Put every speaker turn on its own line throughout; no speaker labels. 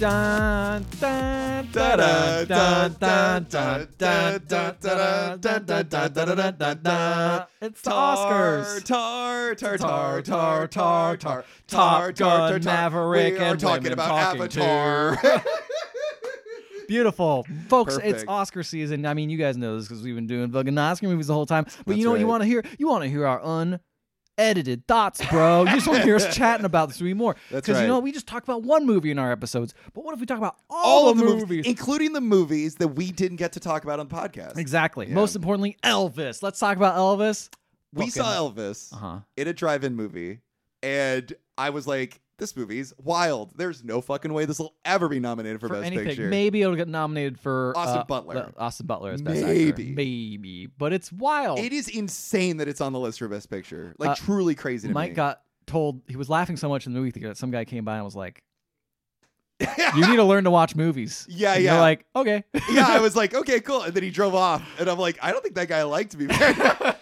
Dun, dun, da-da, dun, dun, dun, dun, dun, da-da, dun, dun, dun, da-da, dun, dun, dun. It's the Oscars.
Tar, tar,
Tar,
tar, tar, tar,
tar,
tar,
Top Gun, Maverick,
We are
and
talking
Women
about
Talking
Avatar.
Beautiful. Folks, it's
Perfect.
Oscar season. I mean, you guys know this because we've been doing fucking Oscar movies the whole time. But you
That's
know what you
right.
want to hear? You want to hear our unedited thoughts, bro. You just want to hear us chatting about this movie more.
That's
you know
right.
what? We just talk about one movie in our episodes. But what if we talk about all,
All of the movies,
movies?
including the movies that we didn't get to talk about on the podcast.
Exactly.
Yeah.
Most importantly, Elvis. Let's talk about Elvis.
We
Fucking-
saw Elvis
Uh huh.
in a drive-in movie, and I was like, "This movie's wild. There's no fucking way this will ever be nominated for, best
anything.
picture."
Maybe it'll get nominated for
Austin
uh,
Butler.
the- Austin Butler as best actor.
Maybe.
Maybe, but it's wild.
It is insane that it's on the list for best picture. Like
Uh,
truly crazy to
Mike
me.
got told he was laughing so much in the movie theater that some guy came by and was like, "You need to learn to watch movies."
Yeah,
And You're
yeah.
like, okay.
yeah, I was like, okay, cool. And then he drove off, and I'm like, I don't think that guy liked me. Very much.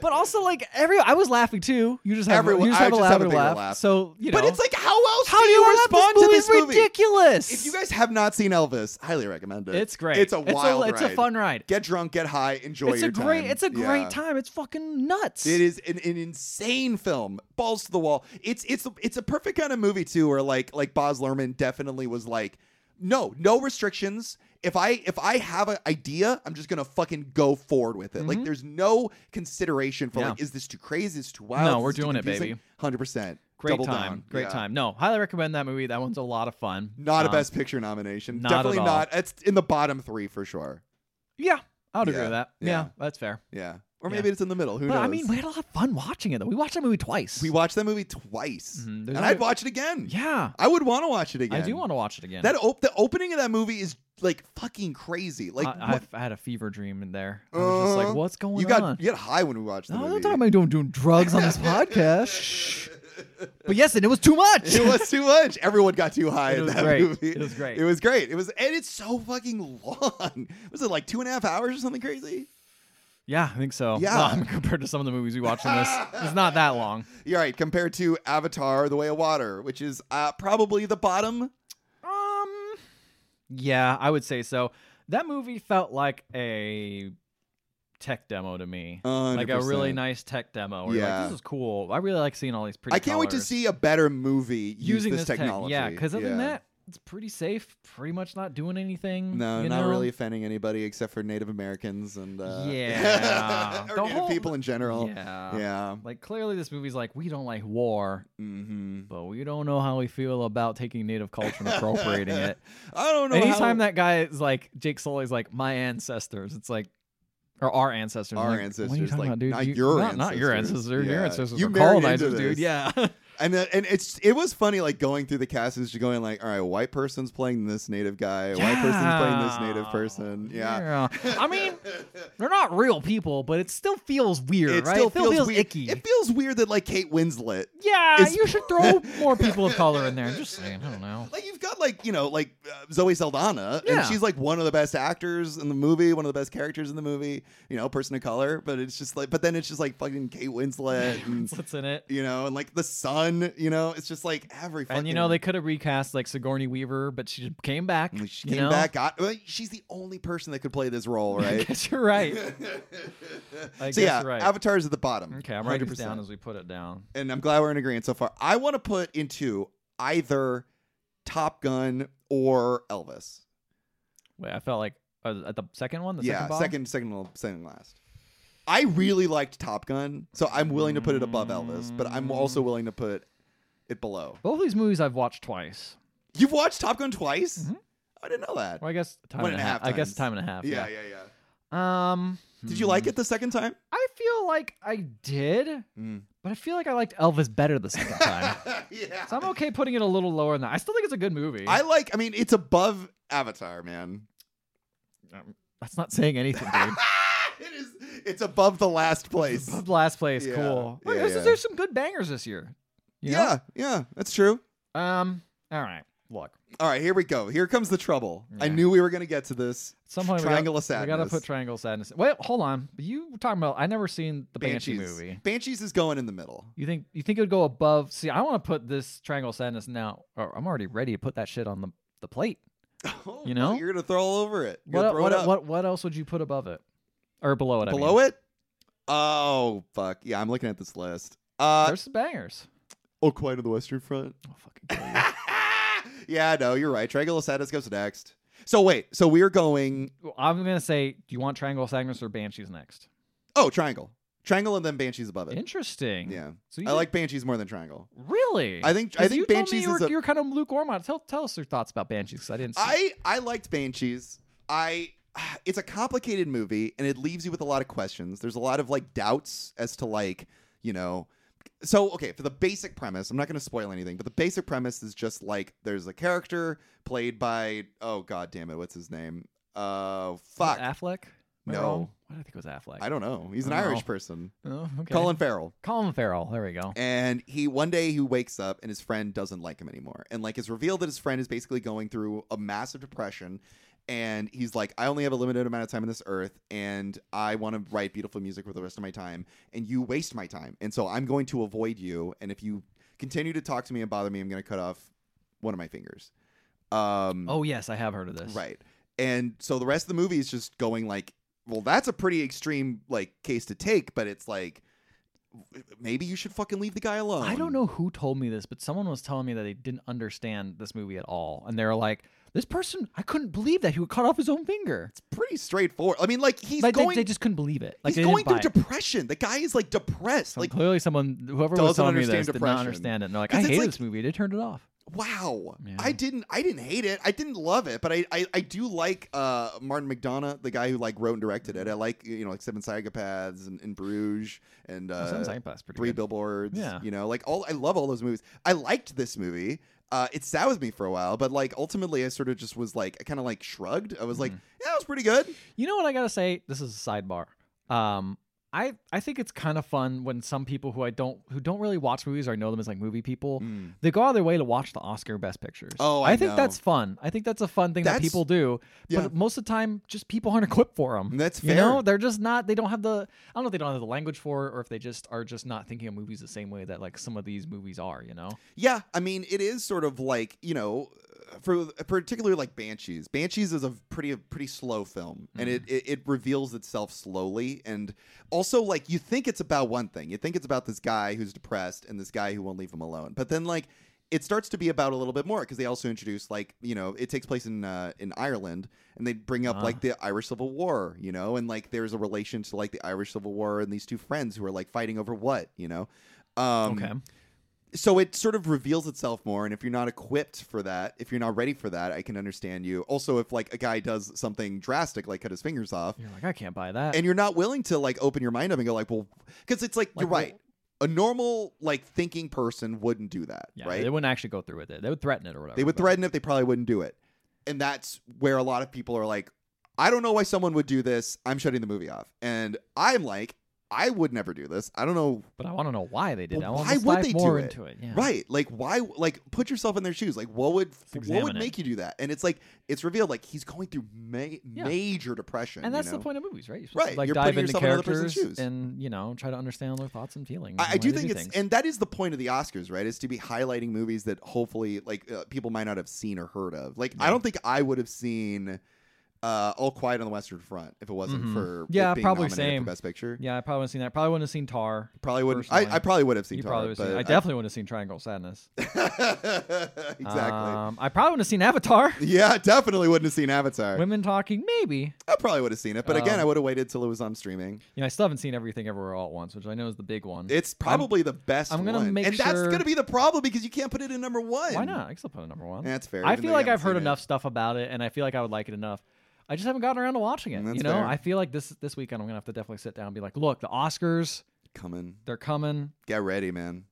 But also, like every, I was laughing too. You just have,
Everyone-
you just
I
have a
just
louder
have a bigger
laugh.
laugh.
So you know,
But it's like, how else
how do you laugh?
respond
this
to this
movie's
movie?
ridiculous.
If you guys have not seen Elvis, highly recommend it.
it's great.
It's a wild
It's
ride.
a fun ride.
Get drunk, get high, enjoy
It's
your
a great.
time.
It's a great
Yeah.
time. It's fucking nuts.
It is an, an insane film, balls to the wall. It's it's it's a perfect kind of movie too, where like like Boz Lerman definitely was like, no, no restrictions. If I if I have an idea, I'm just gonna fucking go forward with it. Like there's no consideration for
Mm-hmm. Yeah.
like, is this too crazy? Is this too wild?
No, we're doing it, baby.
Hundred percent.
Great time. Great time. No, highly recommend that movie. That one's a lot of fun.
Not a
Um,
best picture nomination.
not at
definitely
all.
not. It's in the bottom three for sure.
Yeah, I would agree
Yeah,
with that. Yeah,
yeah.
that's fair.
Yeah, or
Yeah.
maybe it's in the middle. Who
But
knows?
I mean, we had a lot of fun watching it though. We watched that movie twice.
we watched that movie twice,
Mhm. There's
and
only-
I'd watch it again.
Yeah,
I would want to watch it again.
I do want to watch it again.
That op- the opening of that movie is like fucking crazy. Like
I,
what-
I've- I had a fever dream in there. I was just like,
Uh-huh.
what's going
you got
on?
you got high when we watched the
No,
movie.
don't talk about me doing, doing drugs on this podcast. Shh. But yes, and it was too much.
it was too much. Everyone got too high
It
in
was
that
great.
movie.
It was great.
It was great. It was, and it's so fucking long. Was it like two and a half hours or something crazy?
yeah, I think so.
Yeah.
Well, I mean, compared to some of the movies we watched in this, it's not that long.
You're right. Compared to Avatar: The Way of Water, which is uh, probably the bottom.
Um, yeah, I would say so. That movie felt like a tech demo to me. Like a really
100%.
nice tech demo. Where yeah.
Yeah.
Like, this is cool. I really like seeing all these pretty.
I can't wait to
colors."
see a better movie use
using
this,
tech.
technology.
Yeah, because other than that, it's pretty safe. Pretty much not doing anything.
No,
you
not
know?
really offending anybody except for Native Americans and uh,
Yeah.
or
The
Native
whole-
people in general.
Yeah.
Yeah.
Like clearly, this movie's like we don't like war,
Mm-hmm.
but we don't know how we feel about taking native culture and appropriating it.
I don't know.
Anytime
how
that guy is like Jake Sully's like my ancestors, it's like or our ancestors.
Our
like,
ancestors,
What are you talking
like,
about, dude?
not
You-
your
not, not your
ancestors.
ancestors. Your
Yeah.
ancestors
You
were
married into
colonizers, dude.
this.
Yeah.
and the, and it's it was funny like going through the cast and just going like, all right, white person's playing this native guy, white person's playing this native person. Yeah.
Yeah. I mean, they're not real people, but it still feels weird,
It
right?
still
it still feels,
weird.
icky.
It feels weird that like Kate Winslet
yeah,
it's-
you should throw more people of color in there. Just saying, I don't know.
Like you've got like you know like uh, Zoe Saldana,
Yeah.
and she's like one of the best actors in the movie, one of the best characters in the movie. You know, person of color, but it's just like, but then it's just like fucking Kate Winslet, and,
What's in it?
you know, and like the son, you know, it's just like every. Fucking,
And you know they could have recast like Sigourney Weaver, but she just came back.
she
you
came
know?
back. Got, well, she's the only person that could play this role, right?
Guess you're right. I guess
so yeah,
you're right.
Avatar's at the bottom.
okay, I'm writing this
100%.
down as we put it down.
and I'm glad we're in agreement so far. I want to put into either Top Gun or Elvis.
Wait, I felt like uh, at the second one, the
yeah,
second, bomb?
second, second, to- second to last. I really liked Top Gun, so I'm willing to put it above Elvis, but I'm
Mm.
also willing to put it below.
Both of these movies I've watched twice.
You've watched Top Gun twice? I didn't know that.
Mm-hmm. Well, I guess time
One
and,
and
a
a
half.
half
I guess
times.
time and a half.
yeah,
Yeah.
yeah, yeah.
Um,
Did you like it the second time?
I feel like I did,
Mm.
but I feel like I liked Elvis better the second time.
yeah.
so I'm okay putting it a little lower than that. I still think it's a good movie.
I like. I mean, it's above Avatar, man.
That's not saying anything, dude.
it is. It's above the last place.
Above last place,
Yeah,
cool. Well,
yeah,
there's,
yeah.
there's some good bangers this year. you know?
Yeah, yeah, that's true.
Um. All right. Look,
All right, here we go. Here comes the trouble. I
Yeah.
knew we were going to get to this.
somehow
Triangle
we
of
got, we gotta
Sadness.
put Triangle of Sadness. Wait, hold on. You were talking about I never seen the Banshee
Banshees.
movie.
Banshees is going in the middle.
You think you think it would go above? See, I want to put this Triangle of Sadness now. Or I'm already ready to put that shit on the the plate.
Oh,
You know?
you're going to throw all over it. You're
What
gonna throw
what,
it up.
what what else would you put above it or below it?
Below it? Oh, fuck. Yeah, I'm looking at this list. Uh,
there's some bangers.
oh, Quiet on the Western Front.
I'll fucking kill you.
yeah, no, you're right. Triangle of Sadness goes next. So wait, so we're going.
Well, I'm gonna say, do you want Triangle of Sadness or Banshees next?
Oh, Triangle. Triangle and then Banshees above it.
Interesting.
Yeah.
So you
I like Banshees more than Triangle.
really.
I think
'Cause
I
you
think
told me
Banshees
you were,
is a
you were kind of lukewarm on. it. Tell tell us your thoughts about Banshees. 'cause I didn't. See it.
I I liked Banshees. I it's a complicated movie and it leaves you with a lot of questions. There's a lot of like doubts as to like, you know, so okay, for the basic premise, I'm not going to spoil anything, but the basic premise is just like there's a character played by oh god damn it, what's his name? Uh
Was
fuck.
it Affleck. Am I
No.
wrong? Why did I think it was Affleck?
I don't know. He's an
I don't
Irish
know.
person.
Oh, okay.
Colin Farrell.
Colin Farrell. There we go.
And he one day he wakes up and his friend doesn't like him anymore. And like it's revealed that his friend is basically going through a massive depression. And he's like, I only have a limited amount of time on this earth, and I want to write beautiful music for the rest of my time. And you waste my time, and so I'm going to avoid you. And if you continue to talk to me and bother me, I'm going to cut off one of my fingers. Um,
Oh yes, I have heard of this.
Right. And so the rest of the movie is just going like, well, that's a pretty extreme like case to take, but it's like maybe you should fucking leave the guy alone.
I don't know who told me this, but someone was telling me that they didn't understand this movie at all, and they were like, "This person, I couldn't believe that he would cut off his own finger."
It's pretty straightforward. I mean, like he's
Like they,
going
they just couldn't believe it. Like
he's
they didn't
going through
buy it.
depression. The guy is like depressed.
So
Like
clearly, someone whoever was
doesn't
telling me
understand
this did not
depression.
understand it. And they're like,
'Cause
"I
it's
hate
like-
this movie." They turned it off.
wow.
Yeah.
I didn't I didn't hate it. I didn't love it, but I I, I do like uh Martin McDonough, the guy who like wrote and directed it. I like you know like Seven Psychopaths and, and Bruges and
Uh,
uh
Sounds like that's pretty
Three
good.
Billboards.
Yeah.
You know, like all I love all those movies. I liked this movie. Uh, it soused me for a while, but like ultimately, I sort of just was like, I kind of like shrugged. I was like,
Mhm.
yeah, it was pretty good.
You know what I gotta say? This is a sidebar. Um, I I think it's kind of fun when some people who I don't who don't really watch movies or I know them as like movie people. They go out of their way to watch the Oscar Best Pictures.
Mm. Oh, I
think
know.
that's fun. I think that's a fun thing that
That's-
people do.
yeah.
But most of the time, just people aren't equipped for them.
That's
You
fair.
know, they're just not. They don't have the. I don't know if they don't have the language for, it or if they just are just not thinking of movies the same way that like some of these movies are. You know.
Yeah, I mean, it is sort of like you know, for particularly like Banshees. Banshees is a pretty a pretty slow film, and
Mm.
it, it it reveals itself slowly, and also like you think it's about one thing. You think it's about this guy who's depressed and this guy who won't leave him alone, but then like. It starts to be about a little bit more because they also introduce like you know it takes place in uh, in Ireland and they bring up
Ah.
like the Irish Civil War you know and like there's a relation to like the Irish Civil War and these two friends who are like fighting over what you know um,
okay.
so it sort of reveals itself more and if you're not equipped for that if you're not ready for that i can understand you also if like a guy does something drastic like cut his fingers off
You're like, I can't buy that.
and you're not willing to like open your mind up and go like well because it's like,
Like,
you're right a normal like thinking person wouldn't do that
yeah,
right
They wouldn't actually go through with it. They would threaten it or whatever.
they would
but-
threaten if they probably wouldn't do it and that's where a lot of people are like i don't know why someone would do this i'm shutting the movie off and i'm like i would never do this i don't know
But I want to know why they did. I
Well,
want
why
to
would
dive
they do
more
it?
into it. Yeah.
Right. Like why like put yourself in their shoes. Like what would what would
examine it.
make you do that? And it's like it's revealed like he's going through ma- major depression.
And
you
that's
know?
the point of movies, right? You're supposed
Right,
To, like
you're
dive
putting
into
yourself in another person's
characters
shoes.
and you know try to understand their thoughts and feelings.
I,
and
I
why
do
they
think it's
things.
and that is the point of the Oscars, right? Is to be highlighting movies that hopefully like uh, people might not have seen or heard of. Like I
Yeah.
don't think I would have seen uh All Quiet on the Western Front if it wasn't
Mhm.
for it
Yeah,
being
probably
nominated
same.
for Best Picture.
yeah, I probably wouldn't have seen that. Probably wouldn't have seen Tar.
Probably wouldn't. I,
Personally.
I probably would have seen.
you
Tar,
probably would have seen.
but
I definitely would have seen Triangle of Sadness.
exactly.
Um, I probably would have seen Avatar.
yeah, definitely wouldn't have seen Avatar.
Women talking, maybe.
I probably would have seen it, but again,
Um,
I would have waited till it was on streaming.
You know, I still haven't seen everything everywhere all at once, which I know is the big one.
It's probably the best.
I'm gonna
one.
make
and that's
sure-
gonna be the problem because you can't put it in number one.
Why not? I can still put it number one.
That's fair.
I
even though
feel
you
like
haven't
I've heard
seen it.
enough stuff about it, and I feel like I would like it enough. I just haven't gotten around to watching it.
That's
you know,
fair.
I feel like this this weekend I'm gonna have to definitely sit down and be like, look, the Oscars,
Coming,
they're coming.
get ready, man.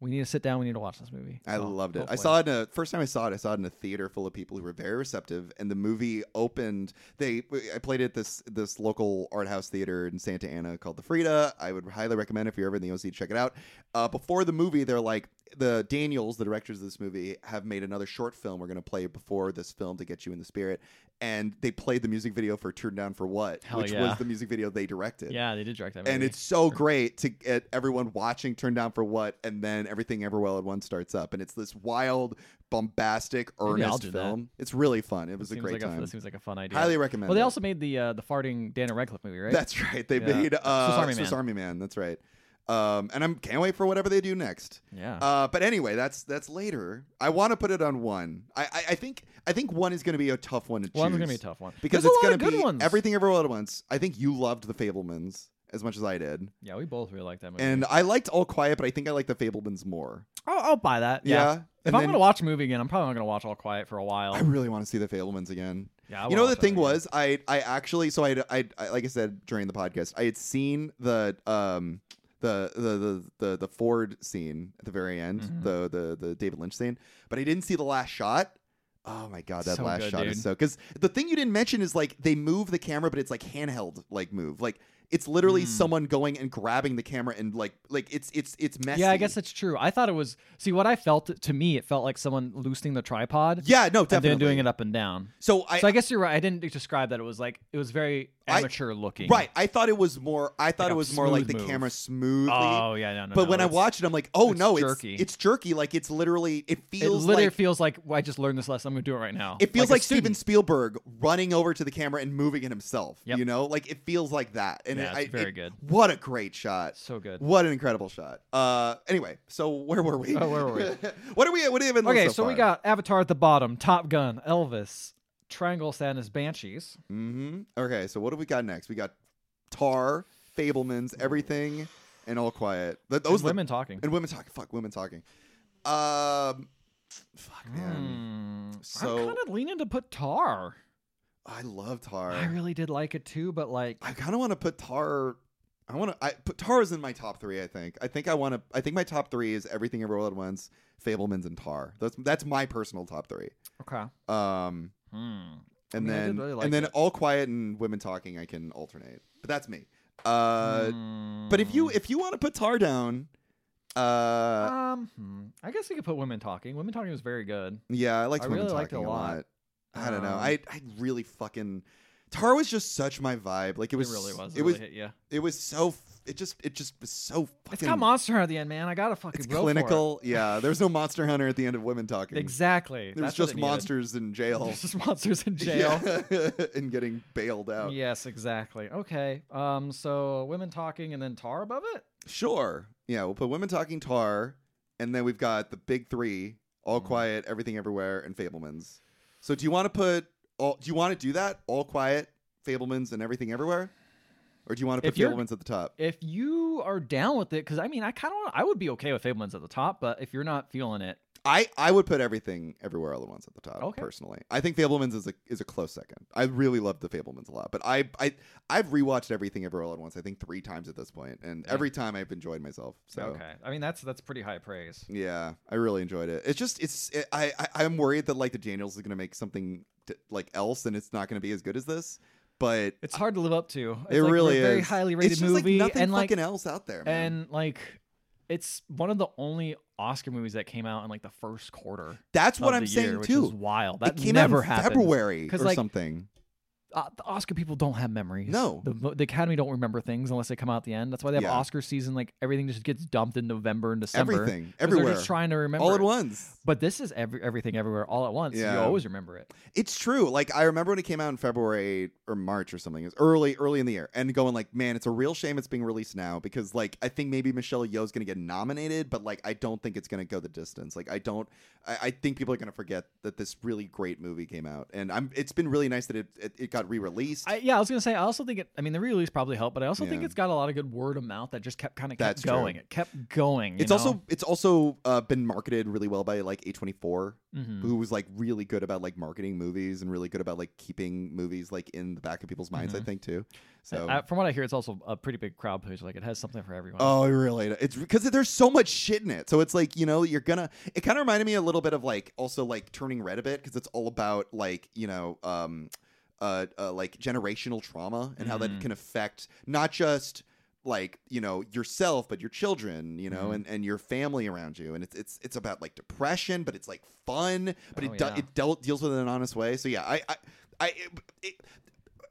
We need to sit down. We need to watch this movie.
I
So,
loved it. I
hopefully.
saw it in a first time I saw it. I saw it in a theater full of people who were very receptive, and the movie opened. They I played at this this local art house theater in Santa Ana called the Frida. I would highly recommend if you're ever in the OC, check it out. Uh, before the movie, they're like, the Daniels, the directors of this movie, have made another short film we're going to play before this film to get you in the spirit. And they played the music video for Turn Down for What,
Hell
which
yeah.
was the music video they directed.
Yeah, they did direct that. Movie.
And it's so great to get everyone watching Turn Down for What, and then Everything Everwell at Once starts up. And it's this wild, bombastic,
I'll
earnest
do that.
film. It's really fun. It was a
seems
great
like
time.
That seems like a fun idea.
Highly recommend
well, they
it.
also made the uh, the farting Daniel Radcliffe movie, right?
That's right. They
Yeah.
made uh,
Swiss Army
Swiss
Man.
Army Man. That's right. Um, and I'm can't wait for whatever they do next.
yeah.
Uh, but anyway, that's that's later. I want to put it on one. I, I I think I think one is going to be a tough one to choose.
One's gonna be a tough one
because
There's
it's
a lot
going
of
to
good
be
ones.
everything everywhere at once. I think you loved the Fablemans as much as I did,
Yeah, we both really like that movie.
and I liked All Quiet, but I think I liked the Fablemans more.
I'll, I'll buy that.
Yeah.
Yeah. If
And
I'm
then-
gonna watch a movie again, I'm probably not gonna watch All Quiet for a while.
I really want to see the Fablemans again.
yeah. I
you
wanna
know the
watch that
thing
movie.
was I I actually so I I like I said during the podcast I had seen the um the the the the, the Ford scene at the very end
Mhm.
the the the David Lynch scene but I didn't see the last shot. Oh my god, that
So
last
good,
shot is
dude.
so because the thing you didn't mention is like they move the camera but it's like handheld like move like it's literally
Mm.
someone going and grabbing the camera and like like it's it's it's messy.
Yeah, I guess that's true. I thought it was. See, what I felt to me, it felt like someone loosening the tripod
yeah no
and
definitely
then doing it up and down.
So I,
so I guess you're right. I didn't describe that. It was like it was very
I-
amateur looking.
right I thought it was more I thought
Like
it
a
was more like the
smooth move.
camera smoothly
Oh yeah, no, no.
but
no,
when I
it's-
watch it, I'm like, oh
it's
no,
jerky.
it's it's jerky. Like it's literally, it
it
feels
literally
like
feels like well, I just learned this lesson. I'm gonna do it right now.
it feels like,
a
Steven
student.
Spielberg running over to the camera and moving it himself.
Yep.
You know, like it feels like that. And
Yeah,
I,
it's very
it-
good.
What a great shot!
So good.
What an incredible shot. Uh, anyway, so where were we?
Oh, where were we?
what are we? What have we been?
Okay,
so,
so, we
far?
got Avatar at the bottom, Top Gun, Elvis, Triangle of Sadness, Banshees.
hmm Okay, so what have we got next? We got Tar, Fablemans, everything, and All Quiet. Th- those
and
are the-
women talking.
and women talking. Fuck, women talking. Um, fuck man,
Hmm.
So-
I'm kind of leaning to put Tar.
I love Tar.
I really did like it too, but like
I kind of want to put Tar. I want to. I put Tar is in my top three. I think. I think I want to. I think my top three is Everything Everywhere All at Once, Fablemans, and Tar. That's that's my personal top three.
okay.
Um,
Hmm.
and
mean, I did
then
really like
and then
it.
All Quiet and Women Talking. I can alternate, but that's me. Uh, but if you
Hmm.
if you want to put Tar down, uh,
um, hmm. I guess we could put women talking. Women talking was very good.
yeah, I liked
I
Women
really liked it
Talking
a lot.
I don't know.
Um,
I I really fucking. Tar was just such my vibe. Like it
It,
was.
really was.
It was.
really hit ya.
It was so. f- It just. It just was so fucking.
It's got Monster Hunter at the end, man. I gotta fucking
it's
go for it.
clinical. Yeah, there's no monster hunter at the end of women talking.
Exactly.
There's
That's what
just
it needed.
monsters in jail.
There's just monsters in jail.
Yeah. and getting bailed out.
Yes, exactly. Okay. Um. So women talking and then tar above it.
Sure. Yeah, we'll put women talking tar, and then we've got the big three: All
Mm.
Quiet, Everything Everywhere, and Fablemans. So do you want to put all? Do you want to do that? All Quiet, Fablemans, and Everything Everywhere, or do you want to
If
put
you're-
Fablemans at the top?
If you are down with it, because I mean, I kind of I would be okay with Fableman's at the top, but if you're not feeling it,
I I would put Everything Everywhere all at once at the top.
Okay.
Personally, I think Fablemans is a is a close second. I really love the Fablemans a lot, but I I I've rewatched Everything Everywhere all at once. I think three times at this point, and
Yeah.
every time I've enjoyed myself. So.
okay. I mean, that's that's pretty high praise.
Yeah, I really enjoyed it. It's just it's it, I, I I'm worried that like the Daniels is gonna make something d like else and it's not gonna be as good as this. But
It's hard to live up to. It's
it
like,
really
a
is
very highly rated
it's just,
movie,
Like nothing
and like
fucking else out there. Man.
and like it's one of the only Oscar movies that came out in like the first quarter.
that's what
of
I'm
the
saying
year, which is
too.
wild. That
it came
never
out in
happened.
February or
'Cause, like,
something.
uh, the Oscar people don't have memories.
No.
the, mo- the Academy don't remember things unless they come out at the end. That's why they have
Yeah.
Oscar season. Like everything just gets dumped in November and December.
Everything,
'cause
everywhere,
They're just trying to remember
all
it.
at once.
But this is every everything everywhere all at once.
Yeah.
You always remember it.
It's true. Like I remember when it came out in February or March or something. It was early, early in the year, and going like, man, it's a real shame it's being released now because like I think maybe Michelle Yeoh's gonna get nominated, but like I don't think it's gonna go the distance. Like I don't, I, I think people are gonna forget that this really great movie came out, and I'm. It's been really nice that it it, it got re released.
I, yeah, I was gonna say. I also think it. I mean, the re-release probably helped, but I also think
Yeah.
it's got a lot of good word of mouth that just kept kind of kept
That's true.
going. It kept going. you
It's
know?
also it's also uh, been marketed really well by like A24,
Mhm.
who was like really good about like marketing movies and really good about like keeping movies like in the back of people's minds. I think too. So
Mm-hmm. I- from what I hear, it's also a pretty big crowd push. Like it has something for everyone.
Oh, it really? It's because there's so much shit in it. So it's like you know you're gonna. It kind of reminded me a little bit of like also like turning red a bit because it's all about like you know um uh, uh like generational trauma and how that
Mm.
can affect not just like you know yourself but your children you know
Mm-hmm.
and, and your family around you and it's it's it's about like depression but it's like fun but
Oh,
it do-
yeah.
it dealt deals with it in an honest way so yeah i i, I it, it,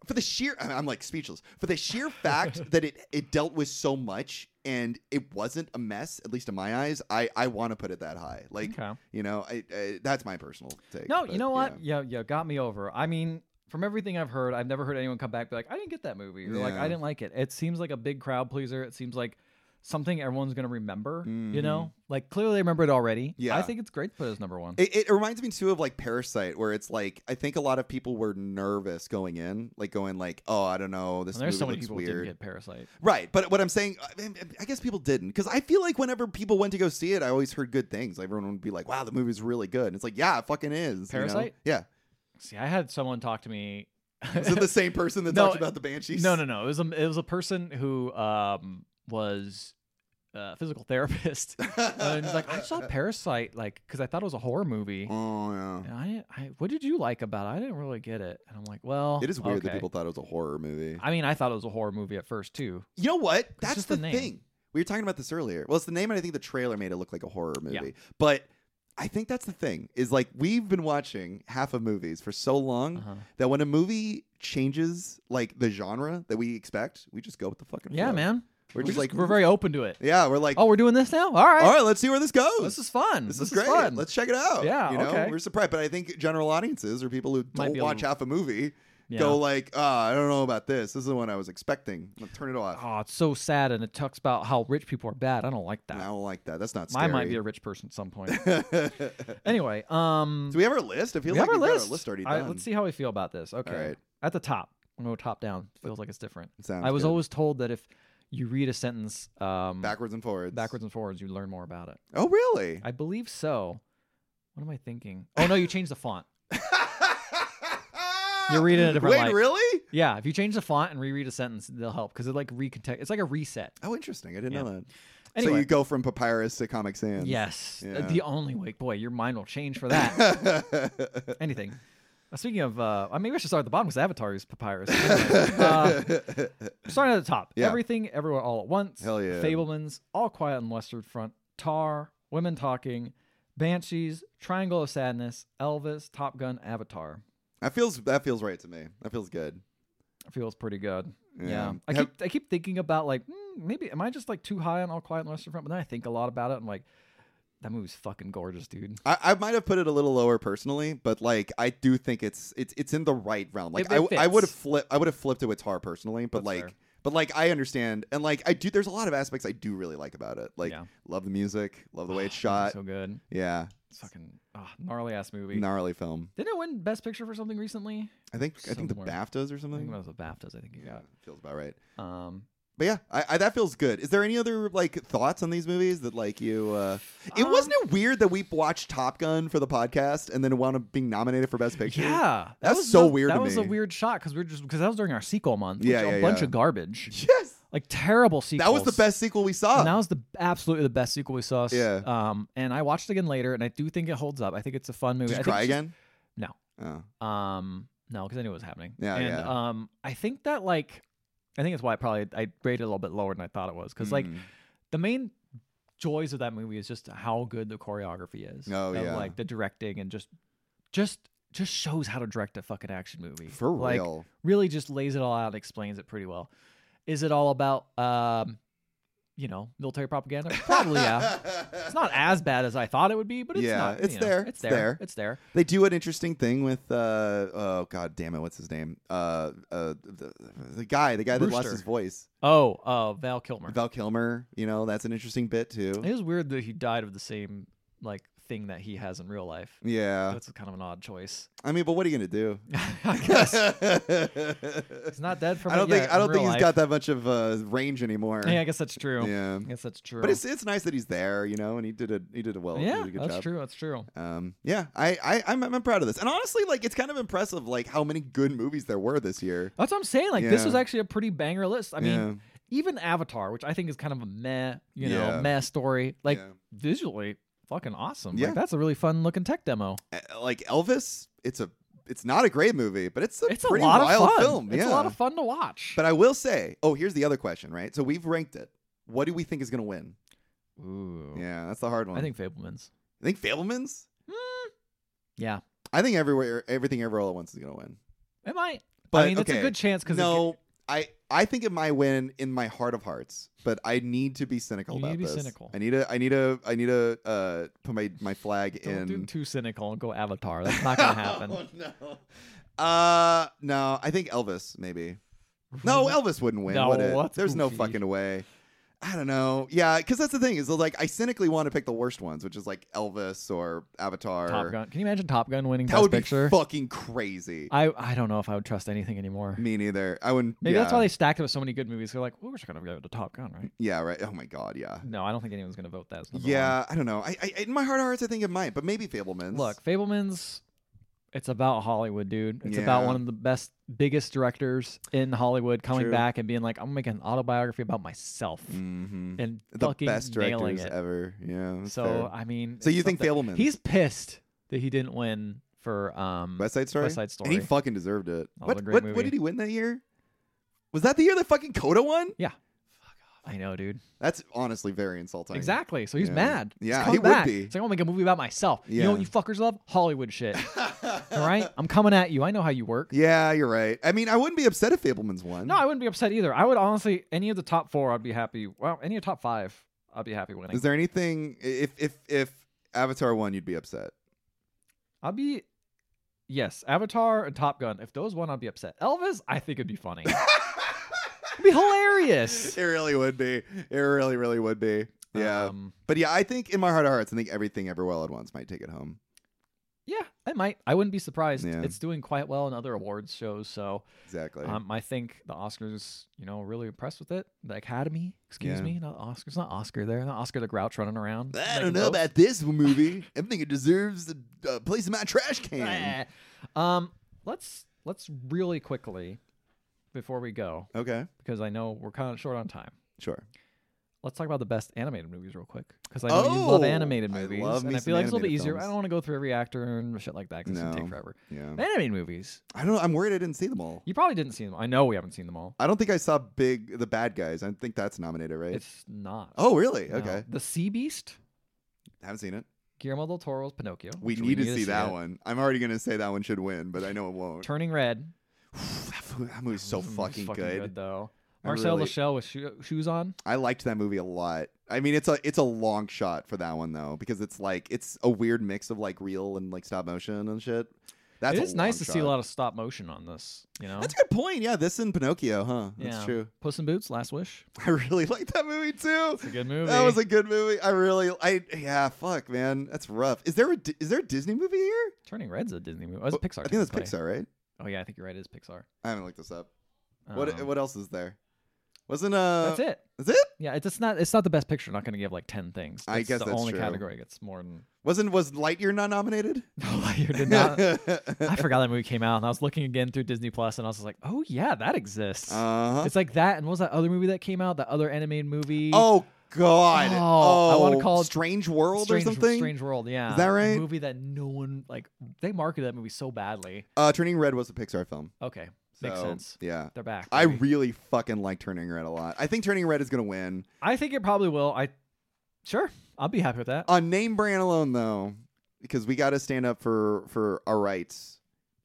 for the sheer I- i'm like speechless for the sheer fact that it it dealt with so much and it wasn't a mess at least in my eyes i i want to put it that high like
Okay.
you know I, I that's my personal take
No,
but,
you know what?
yeah.
Yeah. yeah, got me over. I mean, from everything I've heard, I've never heard anyone come back and be like, I didn't get that movie. Or like,
Yeah.
I didn't like it. It seems like a big crowd pleaser. It seems like something everyone's going to remember, you know? Like, clearly they remember it already. I
Mm-hmm. Yeah.
think it's great to put it as number one.
It, it reminds me too of like Parasite, where it's like I think a lot of people were nervous going in, like going like, oh, I don't know, this
and there's
movie
so many
looks
people who
weird,
didn't get Parasite.
right? But what I'm saying, I, I guess people didn't, because I feel like whenever people went to go see it, I always heard good things. Like, everyone would be like, wow, the movie's really good. And it's like, yeah, it fucking is. you know?
Parasite?
yeah.
See, I had someone talk to me.
Is it the same person that
No,
talked about the Banshees?
No, no, no. It was a it was a person who um was uh, a physical therapist. and he's like, I saw Parasite like because I thought it was a horror movie.
Oh yeah.
And I, I, what did you like about it? I didn't really get it. And I'm like, well,
It is weird
Oh,
that
okay.
people thought it was a horror movie.
I mean, I thought it was a horror movie at first too.
You know what? That's
just
the,
the name.
thing. We were talking about this earlier. Well, it's the name, and I think the trailer made it look like a horror movie.
Yeah.
But I think that's the thing is like we've been watching half of movies for so long
Uh-huh.
that when a movie changes like the genre that we expect, we just go with the fucking
Yeah,
flow.
man.
We're just like-
we're very open to it.
Yeah, we're like,
Oh, we're doing this now. All right.
all right, let's see where this goes.
This is fun.
This, is great.
fun.
Let's check it out.
Yeah,
you know,
okay.
we're surprised, but I think general audiences or people who
Might
don't
be a
watch
little-
half a movie
Yeah.
go like, oh, I don't know about this. This is the one I was expecting. Let's turn it off.
Oh, it's so sad, and it talks about how rich people are bad. I don't like that.
I don't like that. That's not
I
scary.
might be a rich person at some point. anyway, um,
Do we have our list? I feel
we
like
have our
we've got
list.
already
All right,
done.
let's see how we feel about this. Okay.
right.
At the top, I'm going to go top down. Feels like it's different.
Sounds
I was
good.
always told that if you read a sentence um,
backwards and forwards.
backwards and forwards, you learn more about it.
Oh, really?
I believe so. What am I thinking? Oh no, you changed the font. You're reading a different
Wait,
light.
really?
Yeah, if you change the font and reread a sentence, they'll help because it like recontext. It's like a reset.
Oh, interesting. I didn't know that. So
Anyway.
you go from papyrus to Comic Sans.
Yes, Uh,
Yeah.
the only way. Boy, your mind will change for that. Anything. Uh, Speaking of, uh, I maybe I should start at the bottom because Avatar is papyrus. Uh, starting at the top.
Yeah.
Everything, everywhere, all at once.
Hell yeah.
Fablemans, All Quiet on the Western Front, Tar, Women Talking, Banshees, Triangle of Sadness, Elvis, Top Gun, Avatar.
that feels that feels right to me. That feels good.
feels pretty good. Yeah,
Yeah.
I
Have-
keep I keep thinking about like mm, maybe am I just like too high on All Quiet on the Western Front? But then I think a lot about it. I'm like, that movie's fucking gorgeous, dude.
I, I might have put it a little lower personally, but like I do think it's it's it's in the right realm. Like
It- it
I I would have
fits.
flipped I would have flipped it with Tar personally, but
That's
like
fair.
but like I understand and like I do. There's a lot of aspects I do really like about it. Like
Yeah.
love the music, love the way it's
Oh,
shot.
so good.
yeah,
It's fucking ah, gnarly ass movie.
gnarly film.
Didn't it win Best Picture for something recently?
I think I think the
Somewhere.
BAFTAs or
I
something.
think that was the BAFTAs. I think you
yeah,
got.
feels about right.
Um,
But yeah, I, I, that feels good. Is there any other like thoughts on these movies that like you? Uh... It
Um,
wasn't it weird that we watched Top Gun for the podcast and then it wound up being nominated for Best Picture.
yeah, that
That's
was
so
the-
weird
That
to
was a
me.
weird shot because we are just because that was during our sequel month. Which
Yeah,
yeah, a
yeah,
bunch
yeah.
of garbage,
Yes.
like terrible sequels.
That was the best sequel we saw.
And that was the absolutely the best sequel we saw.
Yeah.
Um, and I watched it again later, and I do think it holds up. I think it's a fun movie.
Did
I
you
think
cry
it's just-
again?
No.
Oh.
Um, no, because I knew it was happening.
Yeah,
and,
yeah.
Um, I think that like, I think that's why I probably I rated it a little bit lower than I thought it was because like
Mm.
the main joys of that movie is just how good the choreography is.
Oh,
Of,
yeah.
like the directing and just just just shows how to direct a fucking action movie
for
Like,
real.
really just lays it all out and explains it pretty well. Is it all about um, you know, military propaganda? Probably yeah. It's not as bad as I thought it would be, but it's
Yeah,
not.
it's
you know,
there,
It's
it's
there.
there.
It's there.
They do an interesting thing with uh oh god damn it what's his name uh uh the, the guy the guy that lost
Brewster.
his voice
Oh, uh, Val Kilmer.
Val Kilmer you know that's an interesting bit too
It is weird that he died of the same like thing that he has in real life.
yeah
That's kind of an odd choice.
I mean but what are you gonna do
I guess he's
I
not dead from.
don't
it yet
think I
in
don't
real
think he's
life.
got that much of uh, range anymore
Yeah, I guess that's true.
Yeah.
I guess that's true.
but it's it's nice that he's there you know and he did a he did a well he
yeah,
did a good
that's
job.
true. That's true.
Um, yeah, I, I I'm, I'm proud of this, and honestly, like it's kind of impressive, like how many good movies there were this year.
That's what I'm saying. Like this was
Yeah.
actually a pretty banger list. I mean,
Yeah.
even Avatar, which I think is kind of a meh, you know,
Yeah.
meh story. Like
Yeah.
visually, fucking awesome.
Yeah.
Like that's a really fun looking tech demo.
Uh, Like Elvis, it's a it's not a great movie, but it's a
It's a
pretty
lot
wild
of fun.
film.
It's
yeah.
a lot of fun to watch.
But I will say, oh, here's the other question, right? So we've ranked it. What do we think is going to win?
Ooh.
Yeah, that's the hard one.
Oh. I think Fableman's. Hmm.
I think Fableman's.
Yeah.
I think everywhere, everything, everywhere, all at once is going to win.
It might.
But
I mean,
okay.
it's a good chance because
no, I I think it might win in my heart of hearts, but I need to be cynical
You need
about
to be
this.
cynical.
I need to I need to I need to uh, put my my flag
don't
in.
do too cynical and go Avatar. That's not gonna happen.
oh, no. Uh no, I think Elvis maybe. No, Elvis wouldn't win.
No,
would it?
that's
There's no
goofy.
fucking way. I don't know. Yeah, because that's the thing is like I cynically want to pick the worst ones, which is like Elvis or Avatar.
Top Gun. Can you imagine Top Gun winning
That
Best
would be
Picture?
fucking crazy.
I I don't know if I would trust anything anymore.
Me neither. I wouldn't.
Maybe
yeah.
that's why they stacked it with so many good movies. They're like, well, we're just gonna go to Top Gun, right?
Yeah. Right. Oh my god. Yeah.
No, I don't think anyone's gonna vote that. as number
Yeah. I don't know. I, I in my heart of hearts, I think it might, but maybe Fableman's.
one. Look, Fableman's. It's about Hollywood, dude. It's about
Yeah.
one of the best, biggest directors in Hollywood coming
True.
back and being like, I'm gonna make an autobiography about myself
hmm
and
the
fucking
best
nailing
directors
it.
ever. Yeah. that's
So
fair.
I mean,
so
it's
you think
something-
Fableman?
he's pissed that he didn't win for um
West Side Story.
West Side
And
Story.
he fucking deserved it.
Oh, what
what
a
what,
great
what
movie.
did he win that year? Was that the year that fucking Coda won?
I know, dude.
That's honestly very insulting.
Exactly. So he's
Yeah.
mad. He's
Yeah,
come
he would
back.
be.
It's like, I'll make a movie about myself. You know
Yeah.
what you fuckers love? Hollywood shit. All
All
right? I'm coming at you. I know how you work.
Yeah, you're right. I mean, I wouldn't be upset if Fableman's won.
No, I wouldn't be upset either. I would honestly, any of the top four, I'd be happy. Well, any of the top five, I'd be happy winning.
Is there anything if if if Avatar won, you'd be upset?
I'd be, yes, Avatar and Top Gun. If those won, I'd be upset. Elvis, I think it'd be funny. it'd be hilarious.
It really would be. It really, really would be. Yeah.
Um,
but yeah, I think in my heart of hearts, I think everything ever well at once might take it home.
yeah, I might. I wouldn't be surprised.
Yeah.
It's doing quite well in other awards shows. So
Exactly.
Um, I think the Oscars, you know, really impressed with it. The Academy, excuse
Yeah.
me, not Oscars, not Oscar there, not Oscar the Grouch running around.
I
making
don't know
jokes.
about this movie. I think it deserves a uh, place in my trash can.
Um, let's let's really quickly before we go
okay,
because I know we're kind of short on time.
sure.
Let's talk about the best animated movies real quick because I know you love
Oh,
animated
I
movies,
love me
and I
some
feel like it's a little bit
animated
easier. I
films.
don't want to go through every actor and shit like that because it's gonna
No.
take forever.
Yeah.
Animated movies,
I don't know. I'm worried I didn't see them all.
you probably didn't see them. I know we haven't seen them all.
I don't think I saw Big the Bad Guys. I think that's nominated, right?
It's not.
oh, really?
No.
Okay.
The Sea Beast.
Haven't seen it.
Guillermo del Toro's Pinocchio.
We
which
need, to see that
it.
one. I'm already going to say that one should win, but I know it won't.
Turning Red.
that movie- that movie's so
Mm,
fucking, good.
though.
I
Marcel
really-
Lachelle with sho- shoes on.
I liked that movie a lot. I mean, it's a it's a long shot for that one though, because it's like it's a weird mix of like real and like stop motion and shit. That's
it
a
is nice
long
to see a
shot.
lot of stop motion on this. You know,
That's a good point. Yeah, this in Pinocchio, huh? That's
Yeah.
true.
Puss in Boots, Last Wish.
I really liked that movie too.
It's a good movie.
That was a good movie. I really, I yeah, fuck, man, that's rough. Is there a Di- is there a Disney movie here?
Turning Red's a Disney movie. Oh, it's a Pixar.
I think that's
technically.
Pixar, right?
Oh yeah, I think you're right. It is Pixar.
I haven't looked this up. what
Um,
what else is there? Wasn't uh?
that's it.
Is it?
Yeah, it's, it's not. It's not the best picture. I'm not going to give like ten things.
I
It's
guess
the
that's
only
true.
category gets more than.
Wasn't was Lightyear not nominated?
No, you did not. I forgot that movie came out, and I was looking again through Disney Plus, and I was just like, "Oh yeah, that exists."
Uh-huh.
It's like that, and what was that other movie that came out? That other animated movie?
Oh God!
Oh, I wanna call it
Strange World
Strange,
or something.
Strange World, yeah.
that
A
right?
movie that no one like. They marketed that movie so badly.
Uh, Turning Red was a Pixar film.
Okay, makes
so,
sense.
Yeah,
They're back.
I
baby.
really fucking like Turning Red a lot. I think Turning Red is gonna win
I think it probably will. I sure, I'll be happy with that.
on name brand alone though, because we got to stand up for for our rights.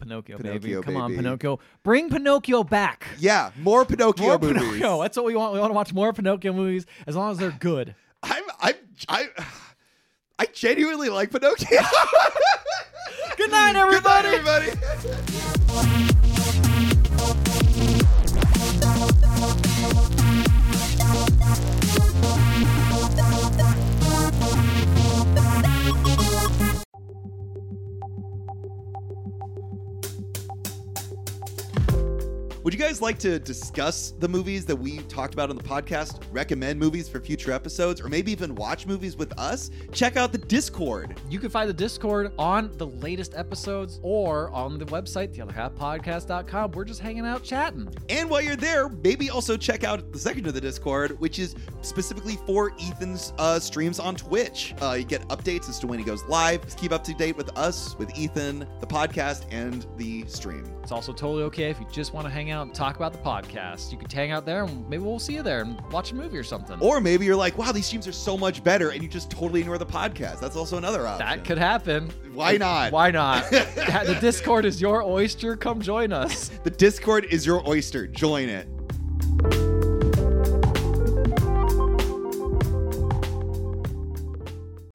Pinocchio, baby,
Pinocchio,
come on,
baby.
Pinocchio, bring Pinocchio back.
Yeah, more Pinocchio
More
movies.
Pinocchio. That's what we want. We want to watch more Pinocchio movies as long as they're good.
I'm I'm I. I genuinely like Pinocchio.
Good night,
Good night,
everybody.
everybody. Would you guys guys like to discuss the movies that we talked about on the podcast, recommend movies for future episodes, or maybe even watch movies with us, check out the Discord.
You can find the Discord on the latest episodes or on the website, theotherhalfpodcast.com. We're just hanging out chatting.
And while you're there, maybe also check out the section of the Discord, which is specifically for Ethan's uh, streams on Twitch. Uh, you get updates as to when he goes live. Just keep up to date with us, with Ethan, the podcast, and the stream.
It's also totally okay if you just want to hang out and talk about the podcast. You could hang out there and maybe we'll see you there and watch a movie or something.
Or maybe you're like, wow, these streams are so much better, and you just totally ignore the podcast. That's also another option.
that could happen.
Why not?
Why not? the Discord is your oyster. Come join us.
The Discord is your oyster. Join it.